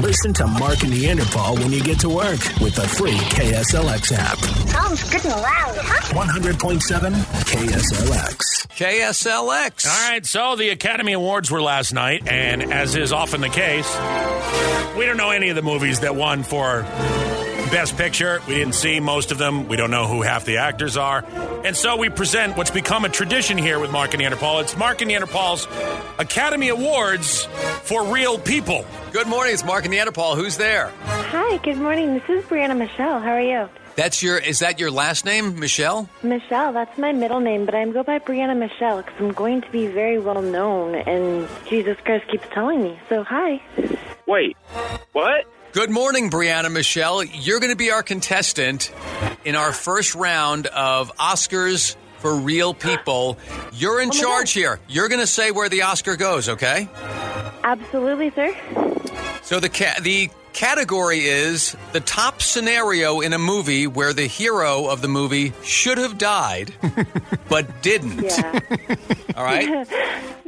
Listen to Mark and Neanderthal when you get to work with the free KSLX app. Sounds good and loud, huh? 100.7 KSLX. KSLX. All right, so the Academy Awards were last night, and as is often the case, we don't know any of the movies that won for Best Picture. We didn't see most of them. We don't know who half the actors are. And so we present what's become a tradition here with Mark and Neanderthal. It's Mark and Neanderthal's Academy Awards for Real People. Good morning. It's Mark and Neanderthal. Who's there? Hi, good morning. This is Brianna Michelle. How are you? That's your. Is that your last name, Michelle? Michelle, that's my middle name, but I go by Brianna Michelle because I'm going to be very well known, and Jesus Christ keeps telling me. So, hi. Wait, what? Good morning, Brianna Michelle. You're going to be our contestant in our first round of Oscars for Real People. You're in Oh my charge God. here. You're going to say where the Oscar goes, okay? Absolutely, sir. So the ca- the category is the top scenario in a movie where the hero of the movie should have died but didn't. Yeah. All right?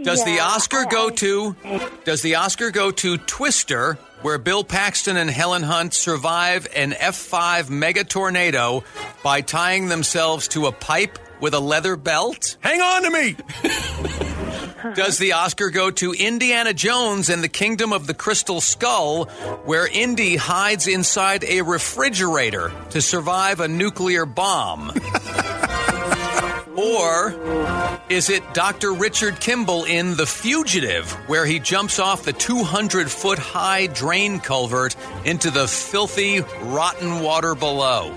Does the Yeah, Oscar I- go I- to Does the Oscar go to Twister, where Bill Paxton and Helen Hunt survive an F5 mega tornado by tying themselves to a pipe with a leather belt? Hang on to me. Does the Oscar go to Indiana Jones and the Kingdom of the Crystal Skull, where Indy hides inside a refrigerator to survive a nuclear bomb? or is it Dr. Richard Kimball in The Fugitive, where he jumps off the 200 foot high drain culvert into the filthy, rotten water below?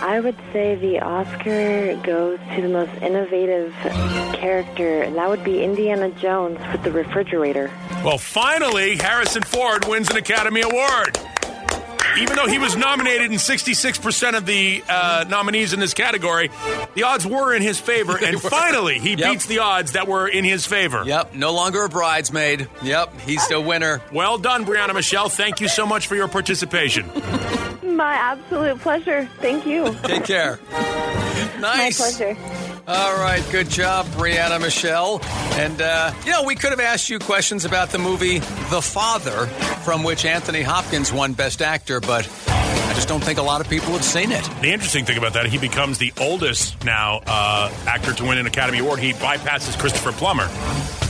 I would say the Oscar goes to the most innovative character, and that would be Indiana Jones with the refrigerator. Well, finally, Harrison Ford wins an Academy Award. Even though he was nominated in 66% of the uh, nominees in this category, the odds were in his favor. And finally, he Yep. beats the odds that were in his favor. Yep, no longer a bridesmaid. Yep, he's the winner. Well done, Brianna Michelle. Thank you so much for your participation. My absolute pleasure. Thank you. Take care. My Nice. pleasure. All right, good job, Brianna Michelle. And, uh, you know, we could have asked you questions about the movie The Father, from which Anthony Hopkins won Best Actor, but I just don't think a lot of people have seen it. The interesting thing about that, he becomes the oldest now uh, actor to win an Academy Award. He bypasses Christopher Plummer,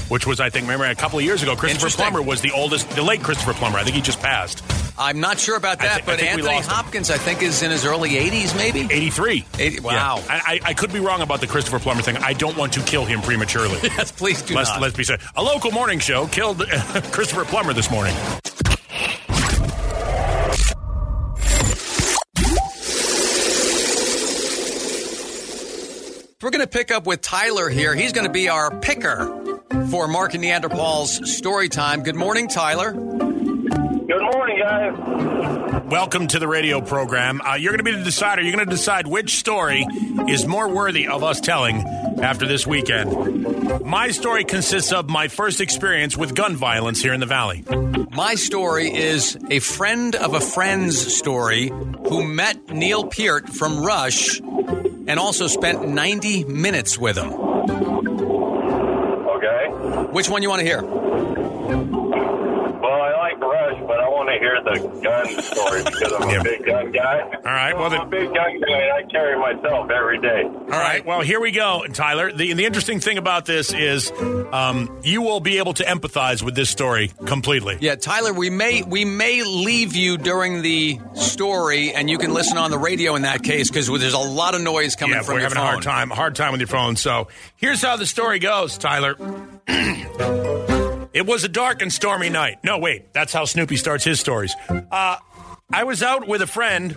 which was, I think, remember a couple of years ago, Christopher Interesting. Plummer was the oldest, the late Christopher Plummer. I think he just passed. I'm not sure about I that, thi- I but think we Anthony lost him. Hopkins, I think, is in his early 80s, maybe? 83. Eighty- wow. Yeah. I, I, I could be wrong about the Christopher Plummer thing. I don't want to kill him prematurely. Yes, please do let's, not. let's be said. A local morning show killed Christopher Plummer this morning. We're going to pick up with Tyler here. He's going to be our picker for Mark and Neanderthals story time. Good morning, Tyler. Good morning, guys. Welcome to the radio program. Uh, you're going to be the decider. You're going to decide which story is more worthy of us telling after this weekend. My story consists of my first experience with gun violence here in the Valley. My story is a friend of a friend's story who met Neil Peart from Rush and also spent 90 minutes with him. Okay. Which one you want to hear? Well, I like Rush, but I want to hear the gun story because I'm Yeah. a big gun guy. All right, well, I'm then- a big gun guy, and I carry myself every day. All right. Well, here we go, Tyler. The, the interesting thing about this is um, you will be able to empathize with this story completely. Yeah, Tyler, we may we may leave you during the story and you can listen on the radio in that case cuz there's a lot of noise coming yeah, from we're your having phone. a hard time, hard time with your phone. So here's how the story goes, Tyler. it was a dark and stormy night. No, wait, that's how Snoopy starts his stories. Uh, I was out with a friend.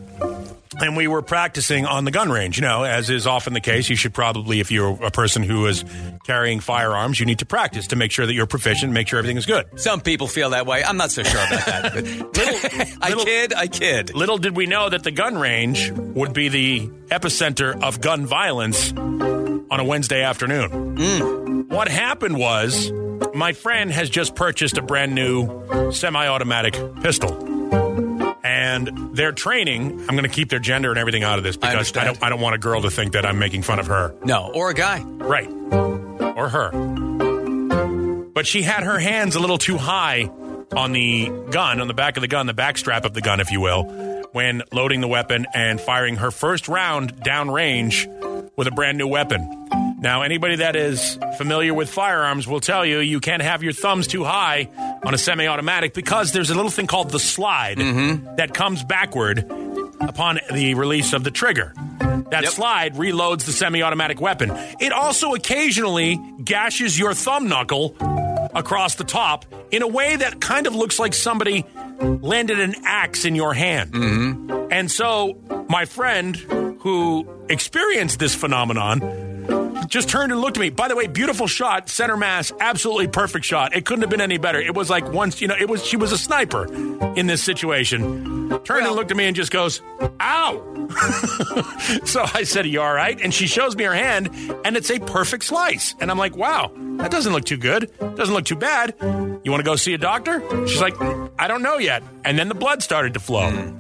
And we were practicing on the gun range, you know, as is often the case. You should probably, if you're a person who is carrying firearms, you need to practice to make sure that you're proficient, make sure everything is good. Some people feel that way. I'm not so sure about that. but- I little- kid, I kid. Little did we know that the gun range would be the epicenter of gun violence on a Wednesday afternoon. What happened was my friend has just purchased a brand new semi automatic pistol. And their training, I'm going to keep their gender and everything out of this because I, understand. don't, I don't want a girl to think that I'm making fun of her. No, or a guy. Right. Or her. But she had her hands a little too high on the gun, on the back of the gun, the backstrap of the gun, if you will, when loading the weapon and firing her first round downrange with a brand new weapon. Now, anybody that is familiar with firearms will tell you you can't have your thumbs too high on a semi automatic because there's a little thing called the slide that comes backward upon the release of the trigger. That Yep. slide reloads the semi automatic weapon. It also occasionally gashes your thumb knuckle across the top in a way that kind of looks like somebody landed an axe in your hand. And so, my friend who experienced this phenomenon just turned and looked at me. By the way, beautiful shot, center mass, absolutely perfect shot. It couldn't have been any better. It was like once, you know, it was she was a sniper in this situation. Turned and Well- looked at me and just goes, "Ow!" so I said, "Are "You all right?" And she shows me her hand, and it's a perfect slice. And I'm like, "Wow, that doesn't look too good. Doesn't look too bad. You want to go see a doctor?" She's like, "I don't know yet." And then the blood started to flow.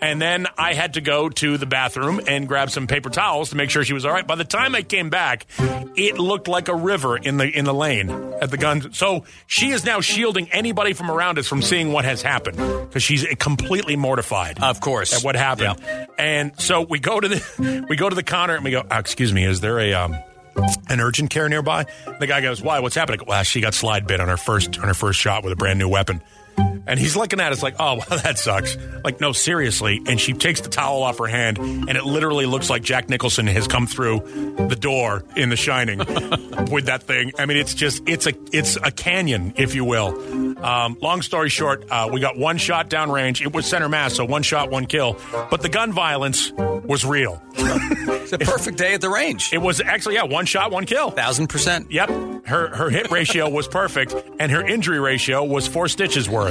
And then I had to go to the bathroom and grab some paper towels to make sure she was all right. By the time I came back, it looked like a river in the in the lane at the gun. So she is now shielding anybody from around us from seeing what has happened because she's completely mortified Of course. at what happened. And so we go to the we go to the counter and we go, "Ah, "Excuse me, is there a um, an urgent care nearby?" The guy goes, "Why? What's happening?" I go, Well, she got slide bit on her first on her first shot with a brand new weapon. And he's looking at us like, "Oh, well, that sucks." Like, no, seriously. And she takes the towel off her hand, and it literally looks like Jack Nicholson has come through the door in The Shining with that thing. I mean, it's just it's a it's a canyon, if you will. Um, long story short, uh, we got one shot downrange. It was center mass, so one shot, one kill. But the gun violence was real. It's a perfect day at the range. It was actually, yeah, one shot, one kill. Thousand percent. Yep, her her hit ratio was perfect, and her injury ratio was four stitches worth.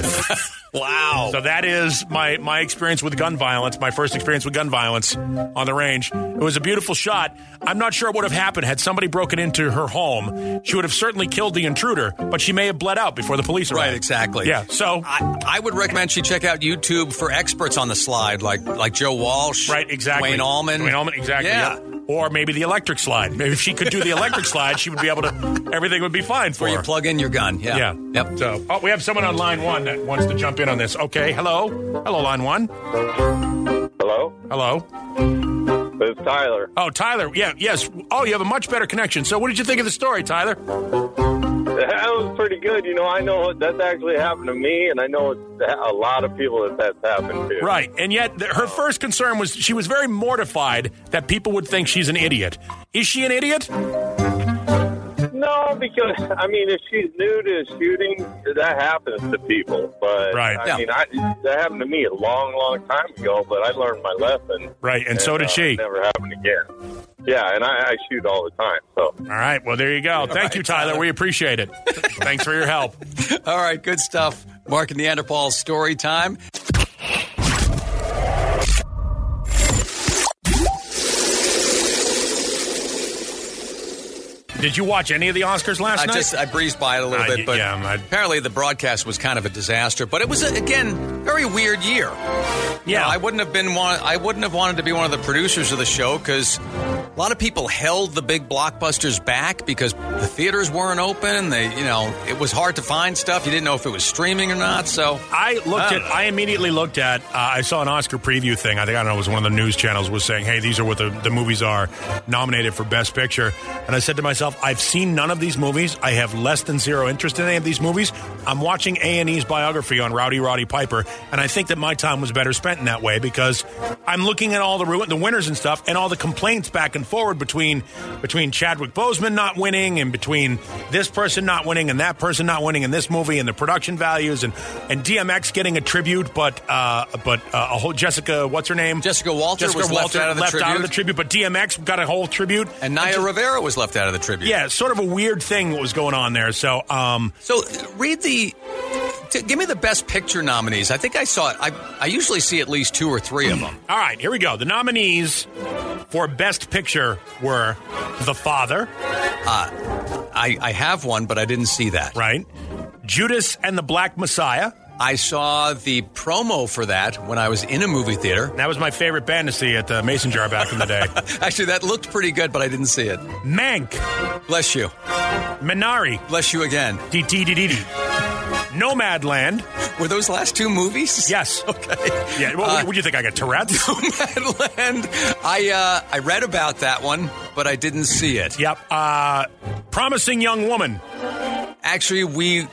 Wow. So that is my my experience with gun violence, my first experience with gun violence on the range. It was a beautiful shot. I'm not sure what would have happened had somebody broken into her home. She would have certainly killed the intruder, but she may have bled out before the police arrived. Right, exactly. Yeah. So I, I would recommend she check out YouTube for experts on the slide, like like Joe Walsh, Right, exactly. Wayne Allman, Wayne Allman, exactly. Yeah, yep. Or maybe the electric slide. Maybe if she could do the electric slide, she would be able to. Everything would be fine for where you her. plug in your gun. Yeah, yeah. Yep. So, oh, we have someone on line one that wants to jump in on this. Okay. Hello. Hello, line one. Hello, Hello. it's Tyler. Oh, Tyler. Yeah. Yes. Oh, you have a much better connection. So, what did you think of the story, Tyler? That was pretty good. You know, I know that's actually happened to me, and I know it's a lot of people that that's happened to. Right. And yet, th- her first concern was she was very mortified that people would think she's an idiot. Is she an idiot? No, because I mean, if she's new to shooting, that happens to people. But Right. I Yeah. mean, I, that happened to me a long, long time ago. But I learned my lesson. Right. And so did uh, she. it Never happened again. Yeah, and I, I shoot all the time. So All right. Well, there you go. Thank right, you, Tyler. Tyler. We appreciate it. Thanks for your help. All right, good stuff. Mark and Neanderthal story time. Did you watch any of the Oscars last I night? just I breezed by it a little I- bit, but yeah, I- apparently the broadcast was kind of a disaster. But it was again very weird year. You yeah, know, I wouldn't have been one. I wouldn't have wanted to be one of the producers of the show because a lot of people held the big blockbusters back because the theaters weren't open. They, you know, it was hard to find stuff. You didn't know if it was streaming or not. So I looked I at. don't know. I immediately looked at. Uh, I saw an Oscar preview thing. I think I don't know. It was one of the news channels was saying, "Hey, these are what the, the movies are nominated for Best Picture." And I said to myself, "I've seen none of these movies. I have less than zero interest in any of these movies. I'm watching A and E's biography on Rowdy Roddy Piper, and I think that my time was better spent in that way because I'm looking at all the ru- the winners and stuff, and all the complaints back and forward between between Chadwick Boseman not winning, and between this person not winning, and that person not winning, and this movie, and the production values, and and DMX getting a tribute, but uh, but uh, a whole Jessica, what's her name? Jessica Walter Jessica was left Walter out of the tribute. but DMX got a whole tribute. and Naya Rivera was left out of the tribute. yeah, sort of a weird thing what was going on there. So, um, So read the. T- give me the best picture nominees. I think I saw it. I I usually see at least two or three of them. all right, here we go. The nominees for Best Picture were The Father, Uh, I I have one, but I didn't see that. right? Judas and the Black Messiah. I saw the promo for that when I was in a movie theater. That was my favorite band to see at the Mason Jar back in the day. Actually, that looked pretty good, but I didn't see it. Mank, Bless you. Minari, Bless you again. DTDDD, Nomadland. Were those last two movies? Yes. Okay. Uh, Yeah. What, what do you think? I got Tourette's? Nomadland. I uh, I read about that one, but I didn't see it. yep. Uh, promising young woman. Actually, we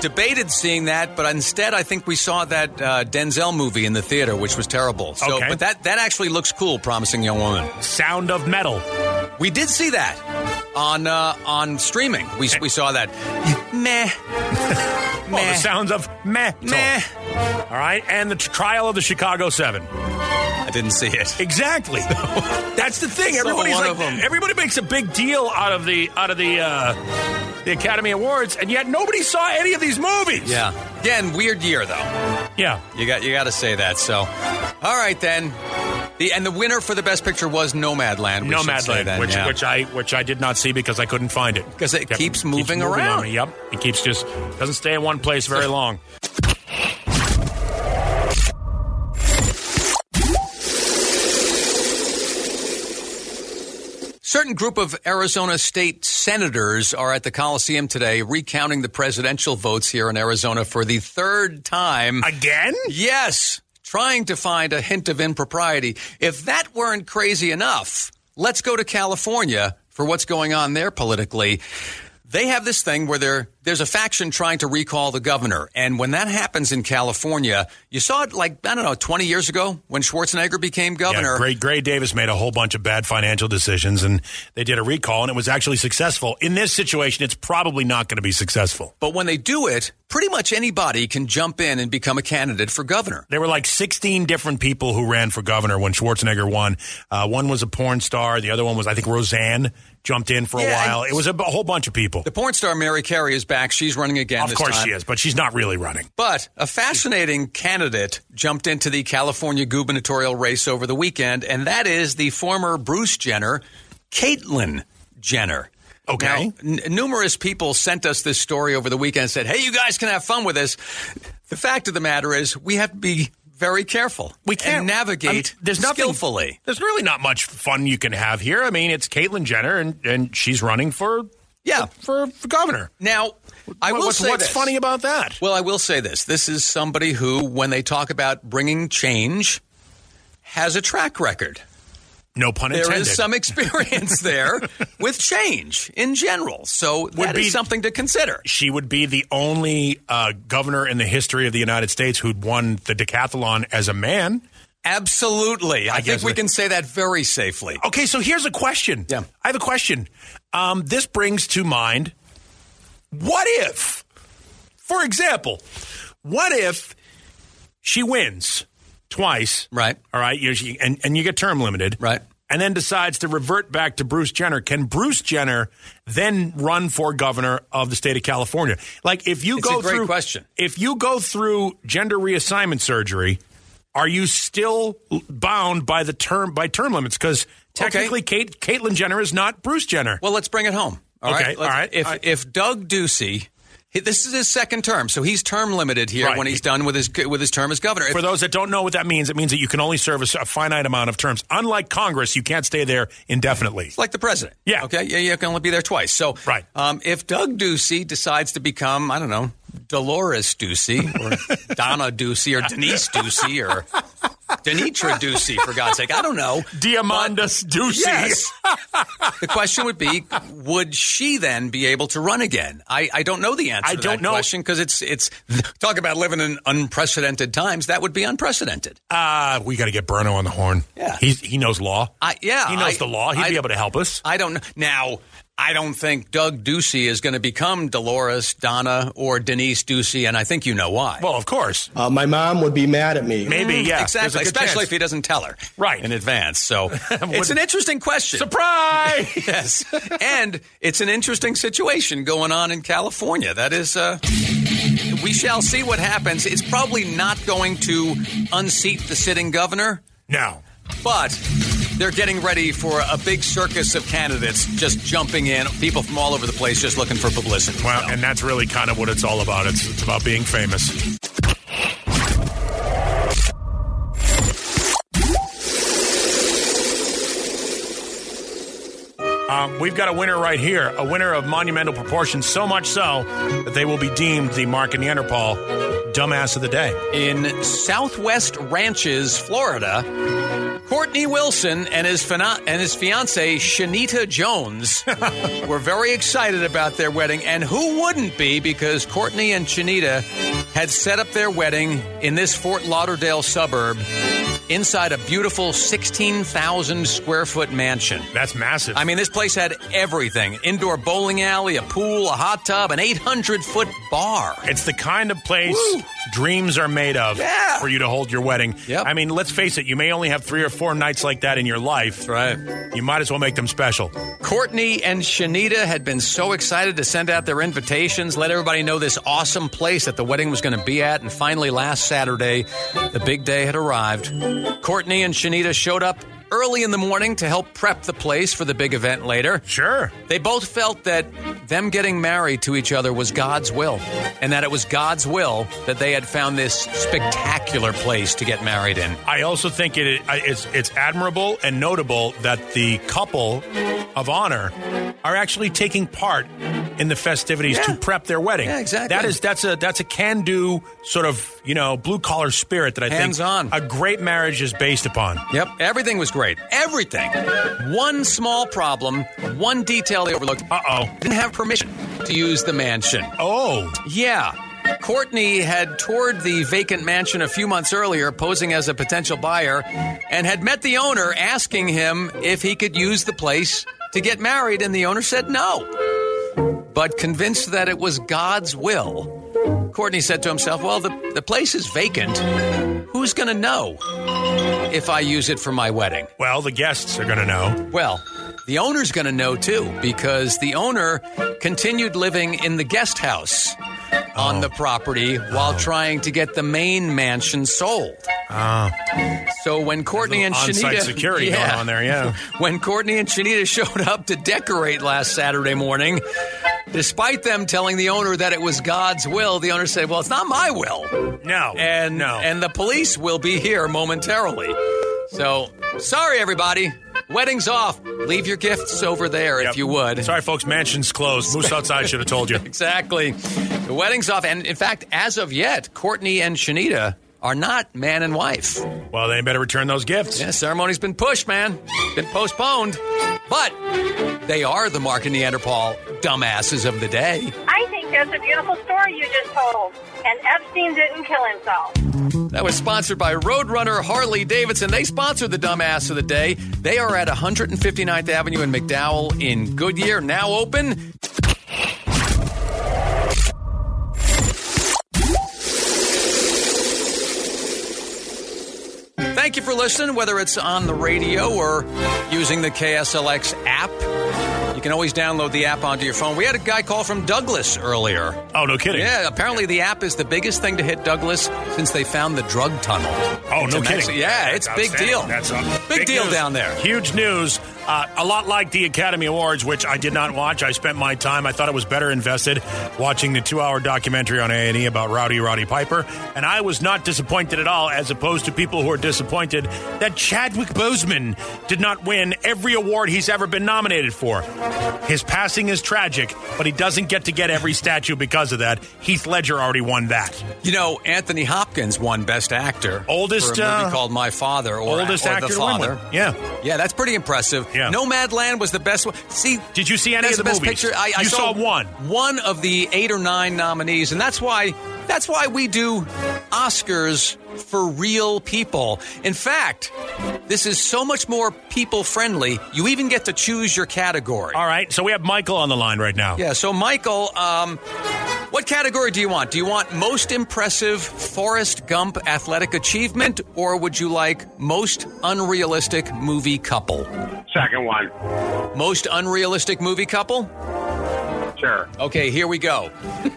debated seeing that, but instead, I think we saw that uh, Denzel movie in the theater, which was terrible. So, Okay. but that that actually looks cool. Promising Young Woman. Sound of metal. Oh, We did see that on uh, on streaming. We we saw that. Meh. Oh, the sounds of meh. Meh. All right. And the t- trial of the Chicago Seven. I didn't see it. Exactly. That's the thing. So Everybody's one like, of 'em. everybody makes a big deal out of the out of the uh, the Academy Awards, and yet nobody saw any of these movies. Yeah. Again, weird year though. Yeah. You got you got to say that. So, all right then. The and the winner for the best picture was Nomadland. We should say Nomadland, that, which yeah. which uh, I which I did not see because I couldn't find it 'Cause it Yep, keeps moving on around. me, Yep, it keeps just doesn't stay in one place very long. Certain group of Arizona state senators are at the Coliseum today recounting the presidential votes here in Arizona for the third time. Again? Yes, trying to find a hint of impropriety. If that weren't crazy enough, let's go to California for what's going on there politically. They have this thing where there there's a faction trying to recall the governor, and when that happens in California, you saw it like I don't know, 20 years ago when Schwarzenegger became governor. Yeah, Gray, Gray Davis made a whole bunch of bad financial decisions, and they did a recall, and it was actually successful. In this situation, it's probably not going to be successful. But when they do it, pretty much anybody can jump in and become a candidate for governor. There were like 16 different people who ran for governor when Schwarzenegger won. Uh, one was a porn star. The other one was, I think, Roseanne jumped in for a Yeah, while. and- It was a, b- whole bunch of people. The porn star Mary Carey is back. She's running again. Of this course time. she is, but she's not really running. But a fascinating candidate jumped into the California gubernatorial race over the weekend, and that is the former Bruce Jenner, Caitlyn Jenner. Okay. Now, n- numerous people sent us this story over the weekend and said, hey, you guys can have fun with this. The fact of the matter is, we have to be very careful. We can't and navigate I mean, there's nothing, skillfully. There's really not much fun you can have here. I mean, it's Caitlyn Jenner, and, and she's running for Yeah. for, for governor. Now, I will what's, say what's this. funny about that? Well, I will say this. This is somebody who, when they talk about bringing change, has a track record. no pun There intended. is some experience there with change in general. So that is Would be- something to consider. she would be the only uh, governor in the history of the United States who'd won the decathlon as a man. Absolutely. I, think guess we it- can say that very safely. Okay, so here's a question. Yeah. I have a question. Um, this brings to mind what if, for example, what if she wins twice? Right. All right. You she, and, and you get term limited. Right. And then decides to revert back to Bruce Jenner. Can Bruce Jenner then run for governor of the state of California? Like, if you It's go a great through question. if you go through gender reassignment surgery, are you still bound by the term by term limits? Because technically, Kate Caitlyn Jenner is not Bruce Jenner. Well, let's bring it home. All Okay, right? all Let's- right, If all right. if Doug Ducey, he- this is his second term, so he's term limited here Right. when he's done with his with his term as governor. If for those that don't know what that means, it means that you can only serve a, s- a finite amount of terms. Unlike Congress, you can't stay there indefinitely. like the president. Yeah. Okay. Yeah, you can only be there twice. So, Right. Um, if Doug Ducey decides to become, I don't know, Dolores Ducey or Donna Ducey or Denise Ducey or Denitra Ducey, for God's sake, I don't know. Diamandus Ducey. Yes. the question would be, would she then be able to run again? I, I don't know the answer I to don't that know. question because it's it's talk about living in unprecedented times. That would be unprecedented. Uh, we got to get Bruno on the horn. Yeah. He, he knows law. I- yeah, He knows I- the law. He'd I- be able to help us. I don't know. Now, I don't think Doug Ducey is going to become Dolores, Donna, or Denise Ducey, and I think you know why. Mm. well, of course. Uh, my mom would be mad at me. Maybe, yeah. There's a exactly, good especially chance. if he doesn't tell her Right. in advance. So it's an interesting question. Surprise! Yes, and it's an interesting situation going on in California. That is, uh, we shall see what happens. It's probably not going to unseat the sitting governor, Now, but they're getting ready for a big circus of candidates just jumping in. People from all over the place just looking for publicity. well, and that's really kind of what it's all about. It's, it's about being famous. Um, we've got a winner right here, a winner of monumental proportions, so much so that they will be deemed the Mark and Neanderthal dumbass of the day. In Southwest Ranches, Florida, Courtney Wilson and his, fina- and his fiancee, Shanita Jones, were very excited about their wedding. And who wouldn't be because Courtney and Shanita had set up their wedding in this Fort Lauderdale suburb inside a beautiful 16,000 square foot mansion. That's massive. I mean, this place had everything indoor bowling alley, a pool, a hot tub, an 800 foot bar. It's the kind of place dreams are made of Yeah. for you to hold your wedding. Yep. I mean, let's face it, you may only have three or four nights like that in your life. right. You might as well make them special. Courtney and Shanita had been so excited to send out their invitations, let everybody know this awesome place that the wedding was going to be at. And finally, last Saturday, the big day had arrived. Courtney and Shanita showed up early in the morning to help prep the place for the big event later. Sure. They both felt that them getting married to each other was God's will, and that it was God's will that they had found this spectacular place to get married in. I also think it, I- it's, it's admirable and notable that the couple of honor are actually taking part in the festivities Yeah. to prep their wedding. Yeah, exactly. That is that's a that's a can do sort of you know blue collar spirit that I think Hands-on. a great marriage is based upon. Yep, everything was great. Everything. One small problem, one detail they overlooked. Uh oh. Didn't have permission to use the mansion. Oh, Yeah. Courtney had toured the vacant mansion a few months earlier, posing as a potential buyer, and had met the owner asking him if he could use the place to get married, and the owner said no. But convinced that it was God's will, Courtney said to himself, Well, the, the place is vacant. Who's going to know if I use it for my wedding? well, the guests are going to know. Well, the owner's going to know too because the owner continued living in the guest house on Oh. the property while trying to get the main mansion sold. Ah. So when Courtney and On-site Shanita security going on there, yeah. When Courtney and Shanita showed up to decorate last Saturday morning, despite them telling the owner that it was God's will, the owner said, "Well, it's not my will." No, And no, and the police will be here momentarily. So, sorry everybody. Wedding's off. Leave your gifts over there Yep. if you would. Sorry, folks. Mansion's closed. Moose outside should have told you. Exactly. The wedding's off and in fact, as of yet, Courtney and Shanita are not man and wife. Well, they better return those gifts. Yeah, ceremony's been pushed, man. Been postponed. But they are the Mark and Neanderthal dumbasses of the day. I think that's a beautiful story you just told. And Epstein didn't kill himself. That was sponsored by Roadrunner Harley Davidson. They sponsored the Dumbass of the Day. They are at 159th Avenue in McDowell in Goodyear, now open. Thank you for listening, whether it's on the radio or using the KSLX app. You can always download the app onto your phone. We had a guy call from Douglas earlier. Oh, no kidding. Yeah, apparently the app is the biggest thing to hit Douglas since they found the drug tunnel. Oh, It's no in kidding. Mexico. Yeah, it's That's big outstanding. deal. That's a Big deal down there. Huge news. Uh, a lot like the Academy Awards, which I did not watch. I spent my time. I thought it was better invested watching the two-hour documentary on A and E about Rowdy Roddy Piper, and I was not disappointed at all. As opposed to people who are disappointed that Chadwick Boseman did not win every award he's ever been nominated for. His passing is tragic, but he doesn't get to get every statue because of that. Heath Ledger already won that. You know, Anthony Hopkins won Best Actor. Oldest, for a movie uh, called My Father or, Oldest or actor The to win one. Father. Yeah. Yeah, that's pretty impressive. Yeah. Nomadland was the best one. See, Did you see any that's of the best movies? picture? I, I You saw one. One of the eight or nine nominees, and that's why that's why we do Oscars for real people. In fact, this is so much more people friendly. You even get to choose your category. All right, so we have Michael on the line right now. Yeah, so Michael, um, what category do you want? Do you want most impressive Forrest Gump athletic achievement, or would you like most unrealistic movie couple? Second one. Most unrealistic movie couple? Sure. Okay, here we go.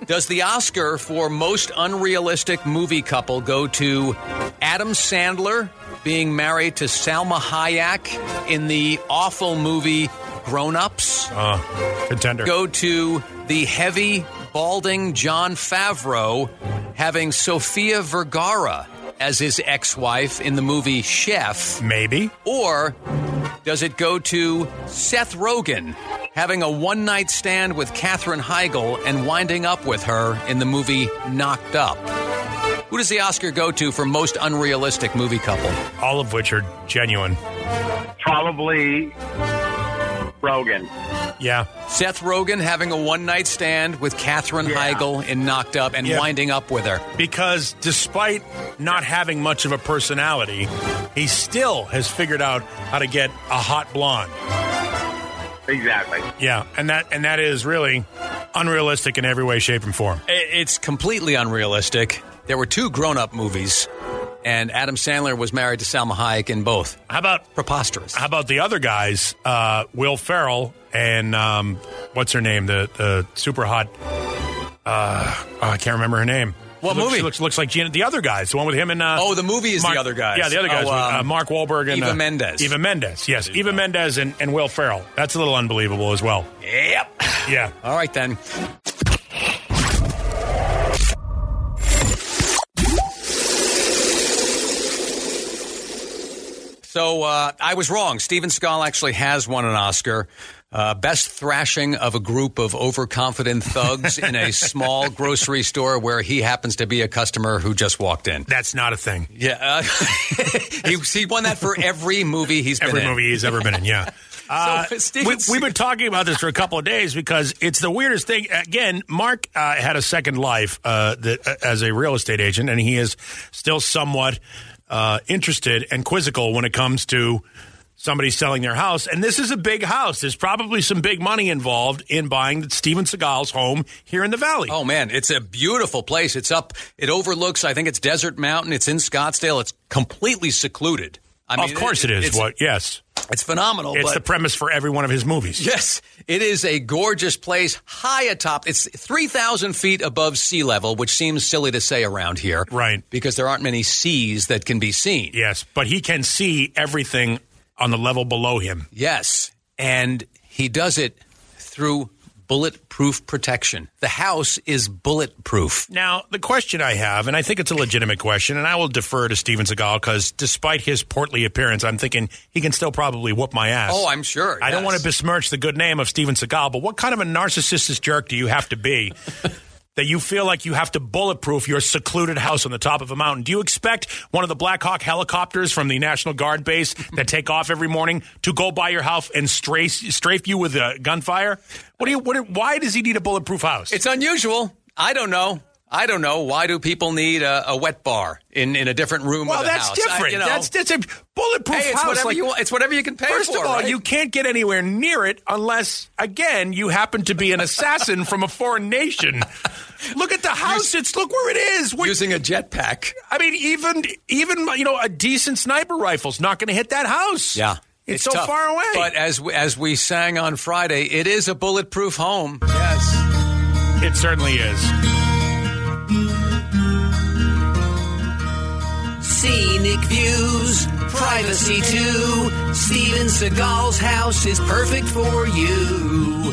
Does the Oscar for most unrealistic movie couple go to Adam Sandler being married to Salma Hayek in the awful movie Grown Ups? Uh, contender. go to the heavy, balding John Favreau having Sofia Vergara as his ex wife in the movie Chef, Maybe. or Does it go to Seth Rogen having a one night stand with Katherine Heigl and winding up with her in the movie Knocked Up? Who does the Oscar go to for most unrealistic movie couple? All of which are genuine. Probably Rogan. Yeah. Seth Rogen having a one night stand with Katherine Yeah. Heigl in Knocked Up and Yeah. winding up with her. Because despite not having much of a personality, he still has figured out how to get a hot blonde. Exactly. Yeah, and that and that is really unrealistic in every way, shape, and form. I- It's completely unrealistic. There were two grown up movies, and Adam Sandler was married to Salma Hayek in both. How about Preposterous. how about the other guys? Uh, Will Ferrell and um, what's her name? The the super hot. Uh, I can't remember her name. What She looks- movie? She looks looks like Gina. The other guys, the one with him and uh, Oh, the movie is Mark- the other guys. Yeah, the other Oh, guys. with, um, uh, Mark Wahlberg and Eva uh, Mendes. Eva Mendes, yes, Eva Mendes and, and Will Ferrell. That's a little unbelievable as well. Yep. Yeah. All right, then. So uh, I was wrong. Steven Seagal actually has won an Oscar. Uh, best thrashing of a group of overconfident thugs in a small grocery store where he happens to be a customer who just walked in. That's not a thing. Yeah, uh, he, he won that for every movie he's been every in. movie he's ever been in. Yeah. Uh, Steven we, Se- we've been talking about this for a couple of days because it's the weirdest thing. Again, Mark uh, had a second life uh, that, uh, as a real estate agent, and he is still somewhat uh, interested and quizzical when it comes to somebody selling their house. And this is a big house. There's probably some big money involved in buying Steven Seagal's home here in the Valley. Oh man, it's a beautiful place. It's up. It overlooks. I think it's Desert Mountain. It's in Scottsdale. It's completely secluded. I mean, of course, it is. It's, What? Yes, it's phenomenal. it's but the premise for every one of his movies. yes, it is a gorgeous place, high atop. It's three thousand feet above sea level, which seems silly to say around here, Right. Because there aren't many seas that can be seen. Yes, but he can see everything on the level below him. Yes. And he does it through bulletproof protection. The house is bulletproof. Now, the question I have, and I think it's a legitimate question, and I will defer to Steven Seagal because despite his portly appearance, I'm thinking he can still probably whoop my ass. Oh, I'm sure, I don't yes. want to besmirch the good name of Steven Seagal, but what kind of a narcissistic jerk do you have to be? That you feel like you have to bulletproof your secluded house on the top of a mountain. Do you expect one of the Black Hawk helicopters from the National Guard base that take off every morning to go by your house and strafe, strafe you with uh, gunfire? What do you? What, do- why does he need a bulletproof house? It's unusual. I don't know. I don't know. Why do people need a, a wet bar in, in a different room Well, of the that's house? I- different. you know, That's that's a bulletproof hey, it's house. whatever like- you want. It's whatever you can pay First for. of all, right? you can't get anywhere near it unless, again, you happen to be an assassin from a foreign nation. Look at the house. It's look where it is. We- using a jetpack. I mean, even even you know a decent sniper rifle's not going to hit that house. Yeah. it's, so tough. far away. But as we, as we sang on Friday, it is a bulletproof home. yes, uh, it certainly is. Scenic views, privacy too. Steven Seagal's house is perfect for you.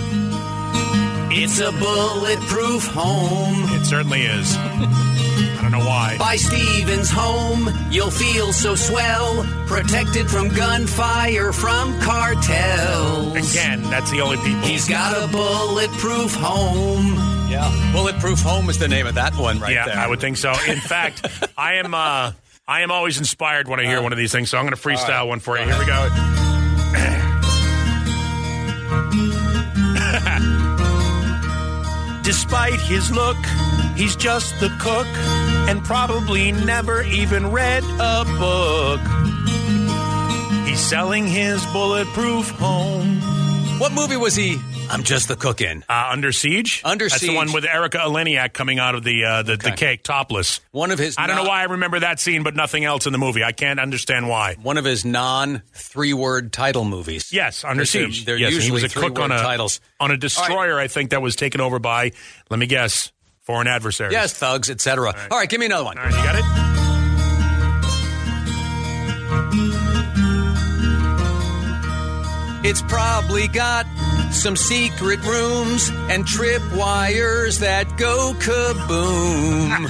It's a bulletproof home. It certainly is. I don't know why. By Steven's home, you'll feel so swell, protected from gunfire from cartels. Again, that's the only people. He's got a bulletproof home. Yeah. Bulletproof home is the name of that one right yeah, there. I would think so. In fact, I am uh, I am always inspired when I hear one of these things, so I'm going to freestyle one for you. Here we Uh, go. Despite his look, he's just the cook and probably never even read a book. He's selling his bulletproof home. What movie was he? I'm just the cook in. Uh, Under Siege? Under That's Siege. the one with Erica Eleniak coming out of the, uh, the, the cake topless. One of his. I don't know non- why I remember that scene, but nothing else in the movie. I can't understand why. One of his non three word title movies. Yes, Under They're- Siege. They're yes, and usually he was a three-word cook on a titles. on a destroyer. I think that was taken over by. Let me guess, foreign adversaries. Yes, thugs, etc. All, right, give me another one. All right, you got it. It's probably got some secret rooms and trip wires that go kaboom.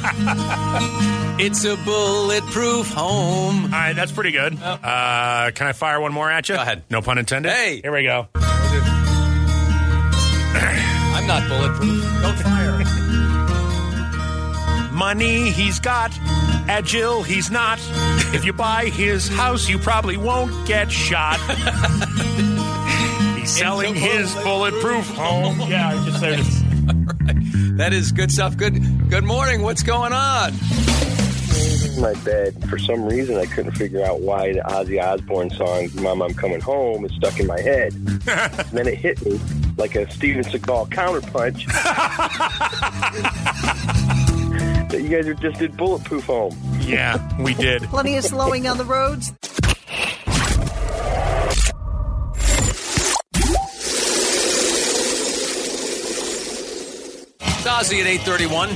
it's a bulletproof home. All right, that's pretty good. Uh, can I fire one more at you? Oh. Go ahead. No pun intended. Hey. Here we go. I'm not bulletproof. Don't fire. Money he's got, agile he's not. If you buy his house, you probably won't get shot. he's selling his bulletproof home. Yeah, I just said it's that is good stuff. Good good morning. What's going on? in my bed. For some reason, I couldn't figure out why the Ozzy Osbourne song "Mom, I'm Coming Home" is stuck in my head. and then it hit me like a Steven Seagal counterpunch. that you guys are just did bulletproof home. yeah, we did. Plenty of slowing on the roads. It's Ozzy at 831.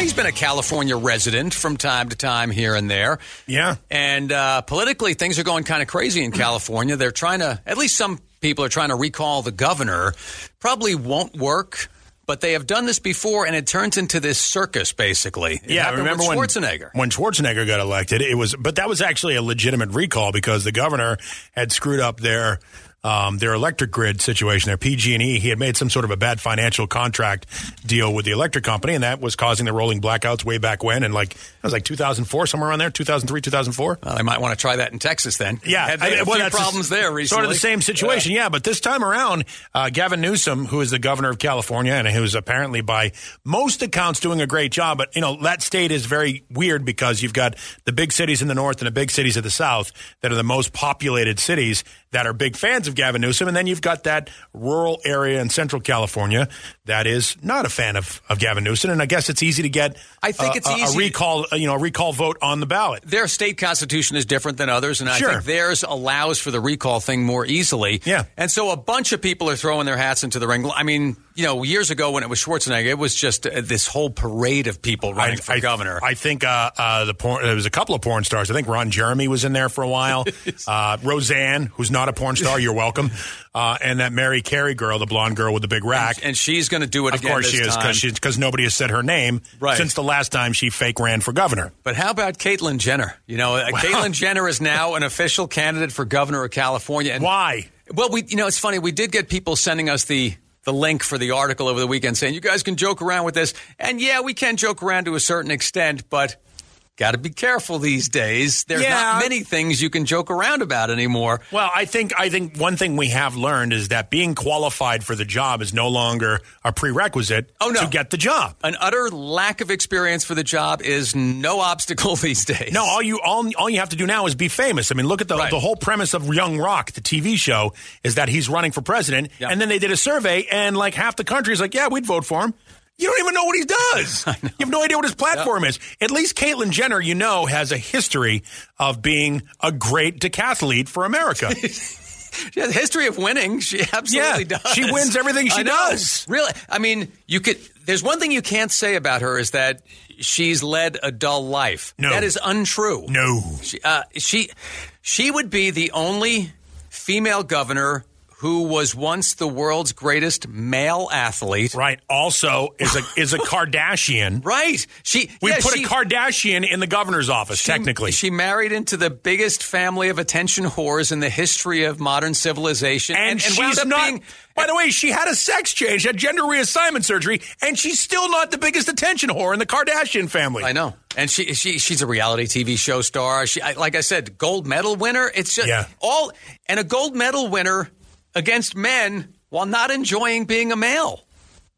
He's been a California resident from time to time here and there. Yeah. And uh, politically, things are going kind of crazy in California. They're trying to, at least some people are trying to recall the governor. Probably won't work, but they have done this before, and it turns into this circus, basically. It Yeah, I happened remember with when Schwarzenegger. when Schwarzenegger got elected. It was, but that was actually a legitimate recall because the governor had screwed up their um, their electric grid situation. Their PG and E, he had made some sort of a bad financial contract deal with the electric company, and that was causing the rolling blackouts way back when. And like that was like 2004, somewhere around there, 2003, 2004. Well, they might want to try that in Texas then. Yeah, Had I they mean, had a well, few that's problems the s- there recently. Sort of the same situation, yeah. But this time around, uh, Gavin Newsom, who is the governor of California and who's apparently by most accounts doing a great job, but you know that state is very weird because you've got the big cities in the north and the big cities of the south that are the most populated cities that are big fans of Gavin Newsom, and then you've got that rural area in Central California that is not a fan of, of Gavin Newsom, and I guess it's easy to get. I think uh, it's a- easy- a recall, uh, you know, a recall vote on the ballot. their state constitution is different than others, and I Sure. think theirs allows for the recall thing more easily. Yeah. And so a bunch of people are throwing their hats into the ring. I mean, you know, years ago when it was Schwarzenegger, it was just uh, this whole parade of people running for governor. I think uh, uh, the porn, there was a couple of porn stars. I think Ron Jeremy was in there for a while. uh, Roseanne, who's not a porn star, you're welcome. Uh, and that Mary Carey girl, the blonde girl with the big rack. and she's going to do it of again. course this she is time. because nobody has said her name Right. since the last time she fake ran for governor. But how about Caitlyn Jenner? You know, uh, Caitlyn Jenner is now an official candidate for governor of California. And Why? Well, we you know it's funny. We did get people sending us the the link for the article over the weekend saying you guys can joke around with this, and yeah, we can joke around to a certain extent, but got to be careful these days. There's Yeah. not many things you can joke around about anymore. Well, I think I think one thing we have learned is that being qualified for the job is no longer a prerequisite Oh, no. to get the job. An utter lack of experience for the job is no obstacle these days. No, all you all, all you have to do now is be famous. I mean, look at the Right. the whole premise of Young Rock, the TV show, is that he's running for president, Yeah. and then they did a survey, and like half the country is like, "Yeah, we'd vote for him." You don't even know what he does. You have no idea what his platform is. At least Caitlyn Jenner, you know, has a history of being a great decathlete for America. She has a history of winning. She absolutely Yeah, does. she wins everything she I know. does. Really, I mean, you could. There's one thing you can't say about her is that she's led a dull life. No. that is untrue. no, She, uh, she, she would be the only female governor who was once the world's greatest male athlete. right? Also, is a is a Kardashian. Right. She. We yeah, put she- a Kardashian in the governor's office, she- technically. she married into the biggest family of attention whores in the history of modern civilization, wound and, she's up not. being- by the way, she had a sex change, had gender reassignment surgery, and she's still not the biggest attention whore in the Kardashian family. I know, and she she she's a reality TV show star. She, I, like I said, gold medal winner. It's just Yeah. all and a gold medal winner against men while not enjoying being a male.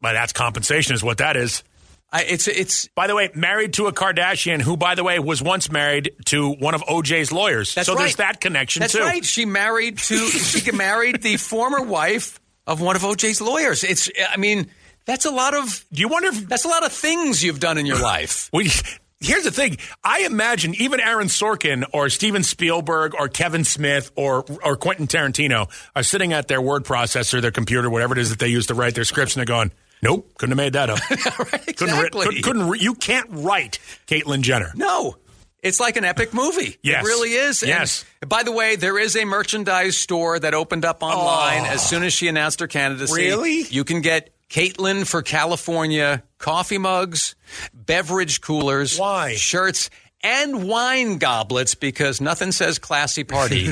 But that's compensation, is what that is. I, it's it's By the way, married to a Kardashian who, by the way, was once married to one of OJ's lawyers. That's so there's right. that connection That's too. right. She married to she married the former wife of one of OJ's lawyers. It's I mean that's a lot of Do you wonder if that's a lot of things you've done in your life. We, here's the thing. I imagine even Aaron Sorkin or Steven Spielberg or Kevin Smith or or Quentin Tarantino are sitting at their word processor, their computer, whatever it is that they use to write their scripts, and they're going, "Nope, couldn't have made that up. couldn't, have writ- exactly. couldn't, couldn't re- you can't write Caitlyn Jenner." No. It's like an epic movie. Yes. It really is. And Yes. by the way, there is a merchandise store that opened up online as soon as she announced her candidacy. Oh. Really? You can get Caitlin for California coffee mugs, beverage coolers, Why? shirts, and wine goblets because nothing says classy party.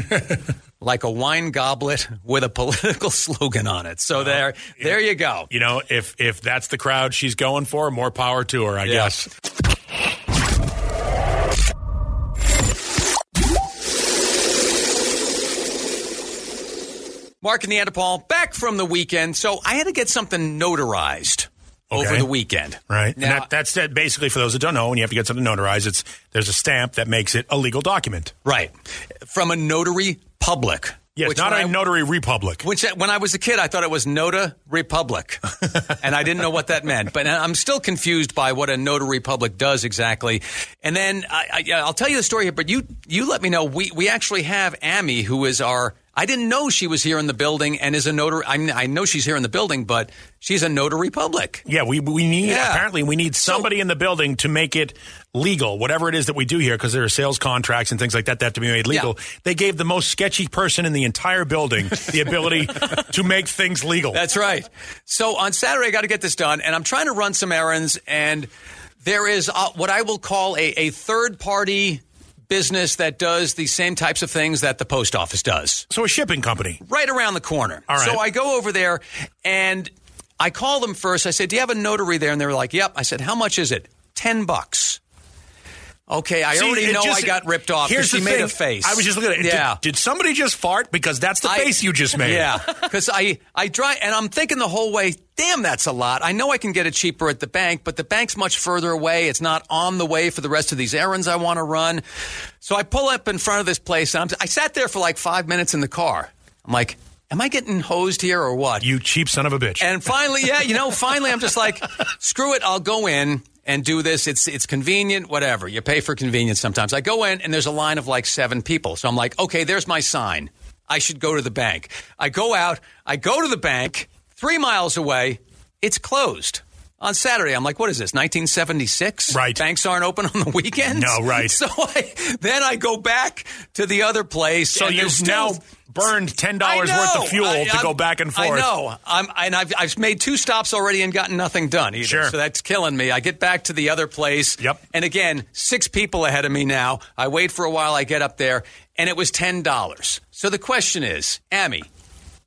Like a wine goblet with a political slogan on it. So there, there you go. You know, if if that's the crowd she's going for, more power to her, I Yeah. guess. Mark and Neanderthal back from the weekend, so I had to get something notarized over Okay. the weekend. Right. Now- and that, that's that basically for those that don't know, when you have to get something notarized, it's there's a stamp that makes it a legal document. Right. From a notary public. Yes, which not a when I- notary republic. Which uh, when I was a kid, I thought it was Nota Republic, and I didn't know what that meant. But I'm still confused by what a Nota Republic does exactly. And then I, I, yeah, I'll tell you the story here, but you you let me know. We we actually have Amy, who is our. I didn't know she was here in the building and is a notary. I, mean, I know she's here in the building, but she's a notary public. Yeah, we we need Yeah. apparently we need somebody in the building to make it legal, whatever it is that we do here, because there are sales contracts and things like that that have to be made legal. They gave the most sketchy person in the entire building the ability to make things legal. That's right. So on Saturday, I got to get this done, and I'm trying to run some errands. And there is uh, what I will call a, a third party business that does the same types of things that the post office does, so a shipping company. right around the corner. All right. So I go over there and I call them first. I said, "Do you have a notary there?" And they were like, "Yep." I said, "How much is it?" Ten bucks. Okay, I See, already it know just- I got ripped off. 'cause Here's she the made thing. a face. I was just looking at it. Did- Yeah. Did, somebody just fart? Because that's the I- face you just made. Yeah, because I I try and I'm thinking the whole way. Damn, that's a lot. I know I can get it cheaper at the bank, but the bank's much further away. It's not on the way for the rest of these errands I want to run. So I pull up in front of this place, and I'm, I sat there for like five minutes in the car. I'm like, am I getting hosed here or what? You cheap son of a bitch. And finally, yeah, you know, finally, I'm just like, screw it. I'll go in and do this. It's it's convenient, whatever. You pay for convenience sometimes. I go in and there's a line of like seven people, so I'm like, okay, there's my sign. I should go to the bank. I go out. I go to the bank. Three miles away, it's closed. On Saturday, I'm like, what is this, 1976? Right. Banks aren't open on the weekends? No, right. So I, then I go back to the other place. so and you've there's now still- burned ten I dollars worth know. of fuel I- to I'm- go back and forth. I know. I'm, and I've, I've made two stops already and gotten nothing done either. Sure. So that's killing me. I get back to the other place. Yep. And again, six people ahead of me now. I wait for a while. I get up there, and it was ten dollars. So the question is, Amy,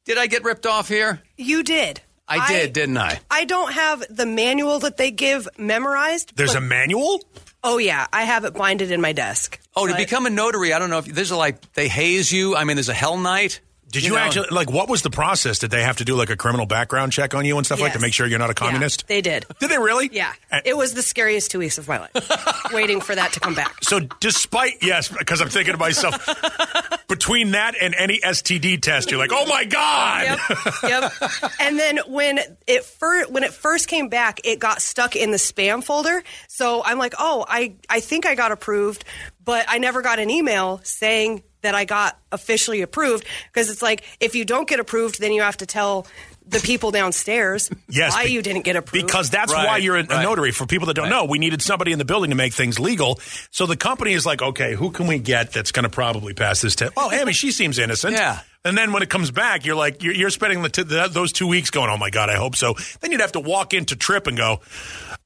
did I get ripped off here? You did. I did, didn't I? I don't have the manual that they give memorized. There's but- a manual. Oh yeah, I have it binded in my desk. Oh, to But- become a notary, I don't know if there's a, like they haze you. I mean, there's a hell night. Did you, know? actually like? What was the process? Did they have to do like a criminal background check on you and stuff like to Yes. make sure you're not a Yeah, communist? they did. Did they really? Yeah, And- it was the scariest two weeks of my life, waiting for that to come back. so, despite yes, because I'm thinking to myself, between that and any STD test, you're like, oh my god. Yep, yep. And then when it fir- when it first came back, it got stuck in the spam folder. So I'm like, oh, I I think I got approved, but I never got an email saying that I got officially approved because it's like if you don't get approved, then you have to tell the people downstairs Yes, why be- you didn't get approved Because that's Right, why you're a, a right. notary. For people that don't know, we needed somebody in the building to make things legal. So the company is like, okay, who can we get that's going to probably pass this test? Well, Amy, she seems innocent. Yeah. And then when it comes back, you're like, you're, you're spending the t- th those two weeks going, oh my God, I hope so. Then you'd have to walk into Trip and go,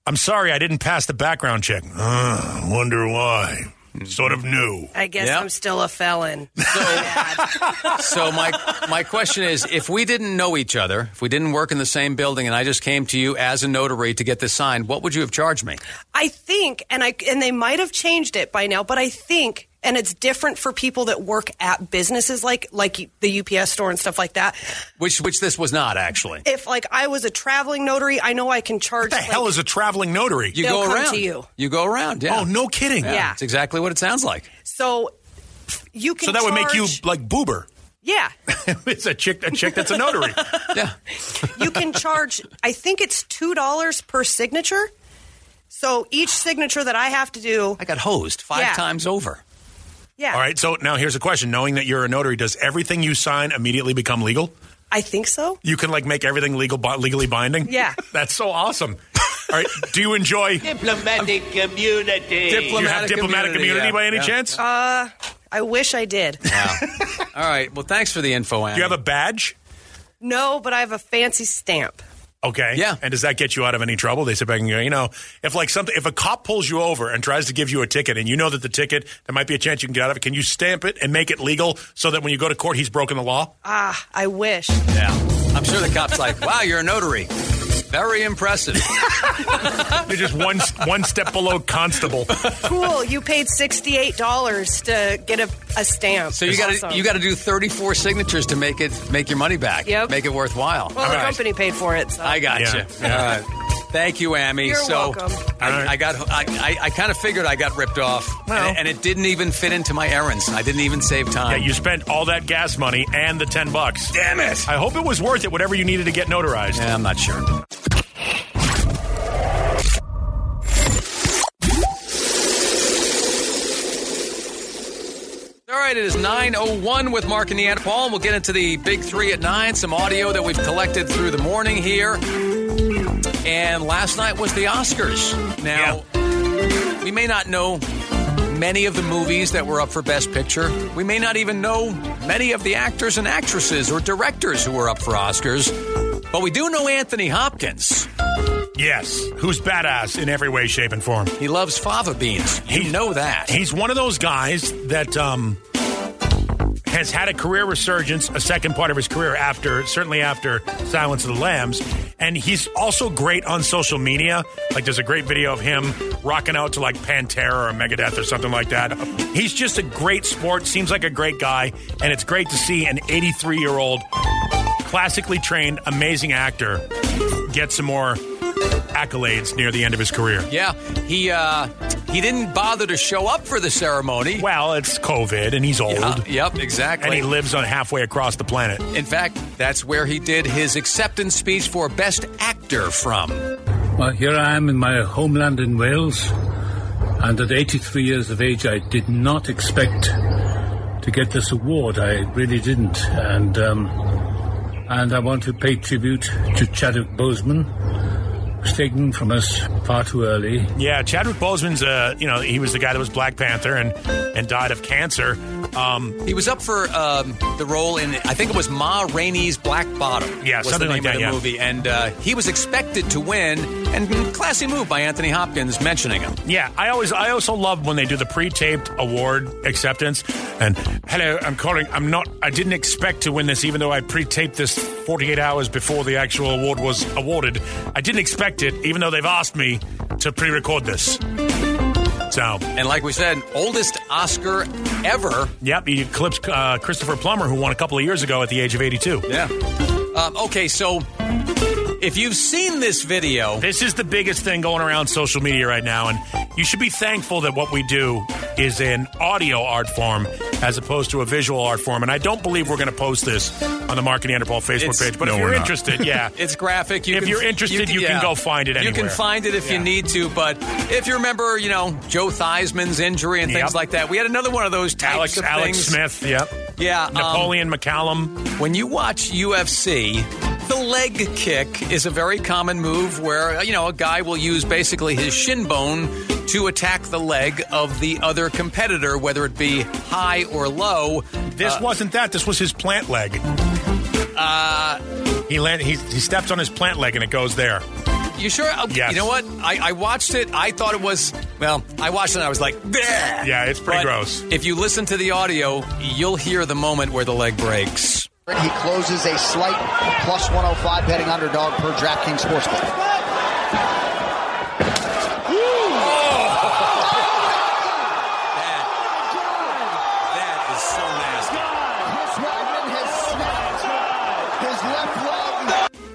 I'm sorry, I didn't pass the background check. Uh, wonder why. Hmm. Sort of new. I guess Yeah. I'm still a felon. So my my question is, if we didn't know each other, if we didn't work in the same building, and I just came to you as a notary to get this signed, what would you have charged me? I think, and I and they might have changed it by now, but I think, and it's different for people that work at businesses like like the UPS store and stuff like that. Which which this was not actually. If like I was a traveling notary, I know I can charge. What the like- hell is a traveling notary? You They'll go come around. to you. go around. Yeah. oh, no kidding. Yeah. It's exactly what it sounds like. so? You can. So that would make you charge- like Boober. Yeah, it's a chick, a chick that's a notary. Yeah. you can charge. I think it's two dollars per signature. So each signature that I have to do, I got hosed five Yeah. times over. yeah, All right. So now here's a question: Knowing that you're a notary, does everything you sign immediately become legal? I think so. You can like make everything legal, bi- legally binding. Yeah. that's so awesome. All right. Do you enjoy Diplomatic community. Do you have diplomatic community, by any chance? Uh, I wish I did. All right. Well, thanks for the info, Annie. Do you have a badge? No, but I have a fancy stamp. Okay. Yeah. And does that get you out of any trouble? They sit back and go, you know, if like something, if a cop pulls you over and tries to give you a ticket, and you know that the ticket, there might be a chance you can get out of it. Can you stamp it and make it legal so that when you go to court, he's broken the law? Ah, I wish. Yeah. I'm sure the cop's like, wow, you're a notary. Very impressive. You're just one one step below constable. Cool. You paid sixty eight dollars to get a, a stamp. So you got to Awesome. you got to do 34 signatures to make it make your money back. Yep. Make it worthwhile. Well, the company paid for it. So. I got Yeah, you. yeah. All right. Thank you, Amy. You're so welcome. I, I got I, I, I kind of figured I got ripped off, Well. and, and it didn't even fit into my errands. I didn't even save Yeah, time. you spent all that gas money and the ten bucks. Damn it! I hope it was worth it. Whatever you needed to get notarized. Yeah, I'm not sure. All right, it is 9.01 with Mark and Neanderthal, and we'll get into the big three at 9, some audio that we've collected through the morning here. And last night was the Oscars. Now, we may not know many of the movies that were up for Best Picture. We may not even know many of the actors and actresses or directors who were up for Oscars. But we do know Anthony Hopkins. Yes, who's badass in every way, shape, and form. He loves fava beans. You know that. He's one of those guys that um, has had a career resurgence, a second part of his career after, certainly after Silence of the Lambs. And he's also great on social media. Like, there's a great video of him rocking out to like Pantera or Megadeth or something like that. He's just a great sport, seems like a great guy. And it's great to see an 83 year old, classically trained, amazing actor get some more accolades near the end of his career. Yeah, he uh, he didn't bother to show up for the ceremony. Well, it's COVID and he's old. Uh, yep, exactly. And he lives on halfway across the planet. In fact, that's where he did his acceptance speech for Best Actor from. Well, Uh, here I am in my homeland in Wales, and at 83 years of age, I did not expect to get this award. I really didn't, and um, and I want to pay tribute to Chadwick Boseman, who's taken from us far too early. Yeah, Chadwick Boseman's uh, you know, he was the guy that was Black Panther and and died of cancer. Um, He was up for um, the role in, I think it was Ma Rainey's Black Bottom. Yeah, was something the like name that, of the movie, yeah. and uh, he was expected to win. And classy move by Anthony Hopkins mentioning him. yeah, I always I also love when they do the pre-taped award acceptance and hello, I'm calling. I'm not I didn't expect to win this even though I pre-taped this 48 hours before the actual award was awarded. I didn't expect it even though they've asked me to pre-record this. So, And like we said, oldest Oscar ever. Yep, he eclipsed uh, Christopher Plummer, who won a couple of years ago at the age of 82. Yeah. Um, okay, so if you've seen this video, This is the biggest thing going around social media right now, and you should be thankful that what we do is an audio art form as opposed to a visual art form. And I don't believe we're going to post this on the Mark and Neanderthal Facebook It's- page, but No, if we're you're not. interested, yeah. It's graphic. You If can, you're interested, you can go find it You can anywhere. find it if you Yeah. need to. But if you remember, you know Joe Theismann's injury and things Yep. like that, we had another one of those types Alex, of Alex things. Smith, yep. Yeah, um, Napoleon McCallum. When you watch UFC, the leg kick is a very common move where you know a guy will use basically his shin bone to attack the leg of the other competitor, whether it be high or low. This wasn't that. This was his plant leg. Uh, he, land, he he steps on his plant leg and it goes there. You sure? Okay, Yes. You know what? I, I watched it. I thought it was well. I watched it. and I was like, "Bleh." Yeah, it's pretty But gross. If you listen to the audio, you'll hear the moment where the leg breaks. He closes a slight plus 105 betting underdog per DraftKings Sportsbook. That is so nasty.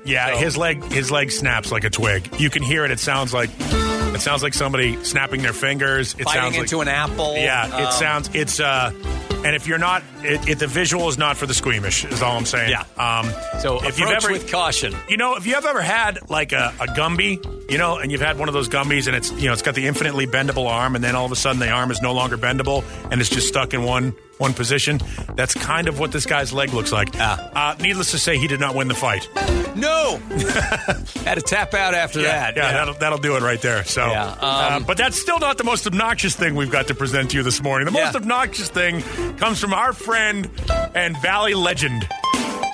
Yeah, his leg his leg snaps like a twig. You can hear it. It sounds like it sounds like somebody snapping their fingers. It Biting sounds into like, an apple. Yeah, it Um, sounds it's uh and if you're not it, it the visual is not for the squeamish, is all I'm saying. Yeah. Um So if approach you've ever with caution. you know, if you have ever had like a, a Gumby, You know, and you've had one of those gummies, and it's you know it's got the infinitely bendable arm, and then all of a sudden the arm is no longer bendable, and it's just stuck in one one position. That's kind of what this guy's leg looks like. Uh, needless to say, he did not win the fight. No, had to tap out after yeah, that. yeah, that'll that'll do it right there. So, uh, um, but that's still not the most obnoxious thing we've got to present to you this morning. The most obnoxious thing comes from our friend and Valley legend,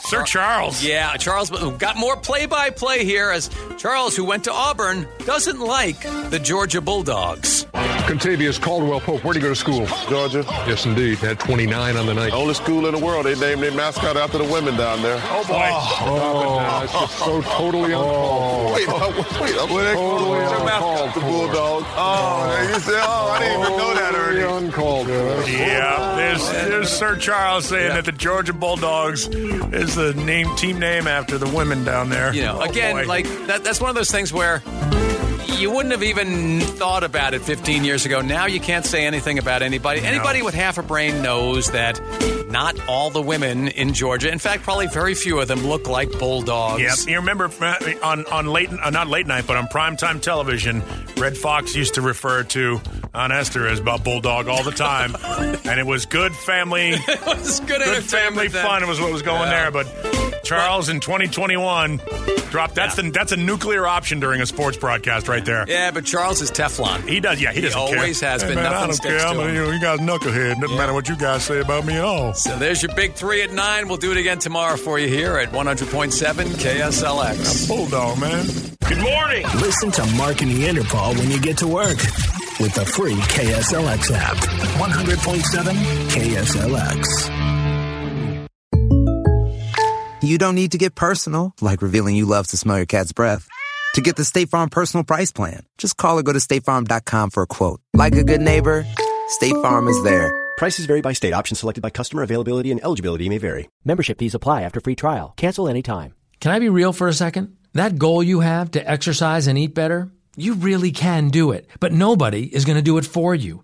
Sir Charles. Uh, Yeah, Charles but we've got more play-by-play here as Charles, who went to Auburn, doesn't like the Georgia Bulldogs. Contavious Caldwell Pope, where'd he go to school? Georgia. Yes, indeed. Had 29 on the night. Only school in the world. They named their mascot after the women down there. Oh, boy. Oh, it's just so totally uncalled. Wait, uh, wait, uh, what they call what's your mascot? The Bulldogs. Oh, you say, oh, I didn't even know that, Ernie. Uncalled. Yeah, there's, there's Sir Charles saying that the Georgia Bulldogs is the name team name after the women down there. You know, Oh, again, boy. like that, that's one of those things where you wouldn't have even thought about it 15 years ago. Now you can't say anything about anybody. Anybody with half a brain knows that not all the women in Georgia, in fact, probably very few of them, look like bulldogs. Yep. You remember uh, on on late uh, not late night, but on primetime television, Red Fox used to refer to Aunt Esther as about bulldog all the time, and it was good family. it was good, family entertainment then. fun. It was what was going Yeah. there, but. Charles in 2021 dropped. That's the that's a nuclear option during a sports broadcast right there. Yeah, but Charles is Teflon. He does. Yeah, he, He doesn't care. always has Hey, been. Man, I Nothing don't sticks care. I'm to a- him. you, know, you guys knucklehead. Doesn't matter what you guys say about me at all. So there's your big three at nine. We'll do it again tomorrow for you here at 100.7 KSLX. Bulldog, man. Good morning. Listen to Mark and Neanderthal when you get to work with the free KSLX app. 100.7 KSLX. You don't need to get personal, like revealing you love to smell your cat's breath. To get the State Farm personal price plan, just call or go to statefarm.com for a quote. Like a good neighbor, State Farm is there. Prices vary by state. Options selected by customer availability and eligibility may vary. Membership fees apply after free trial. Cancel any time. Can I be real for a second? That goal you have to exercise and eat better, you really can do it. But nobody is going to do it for you.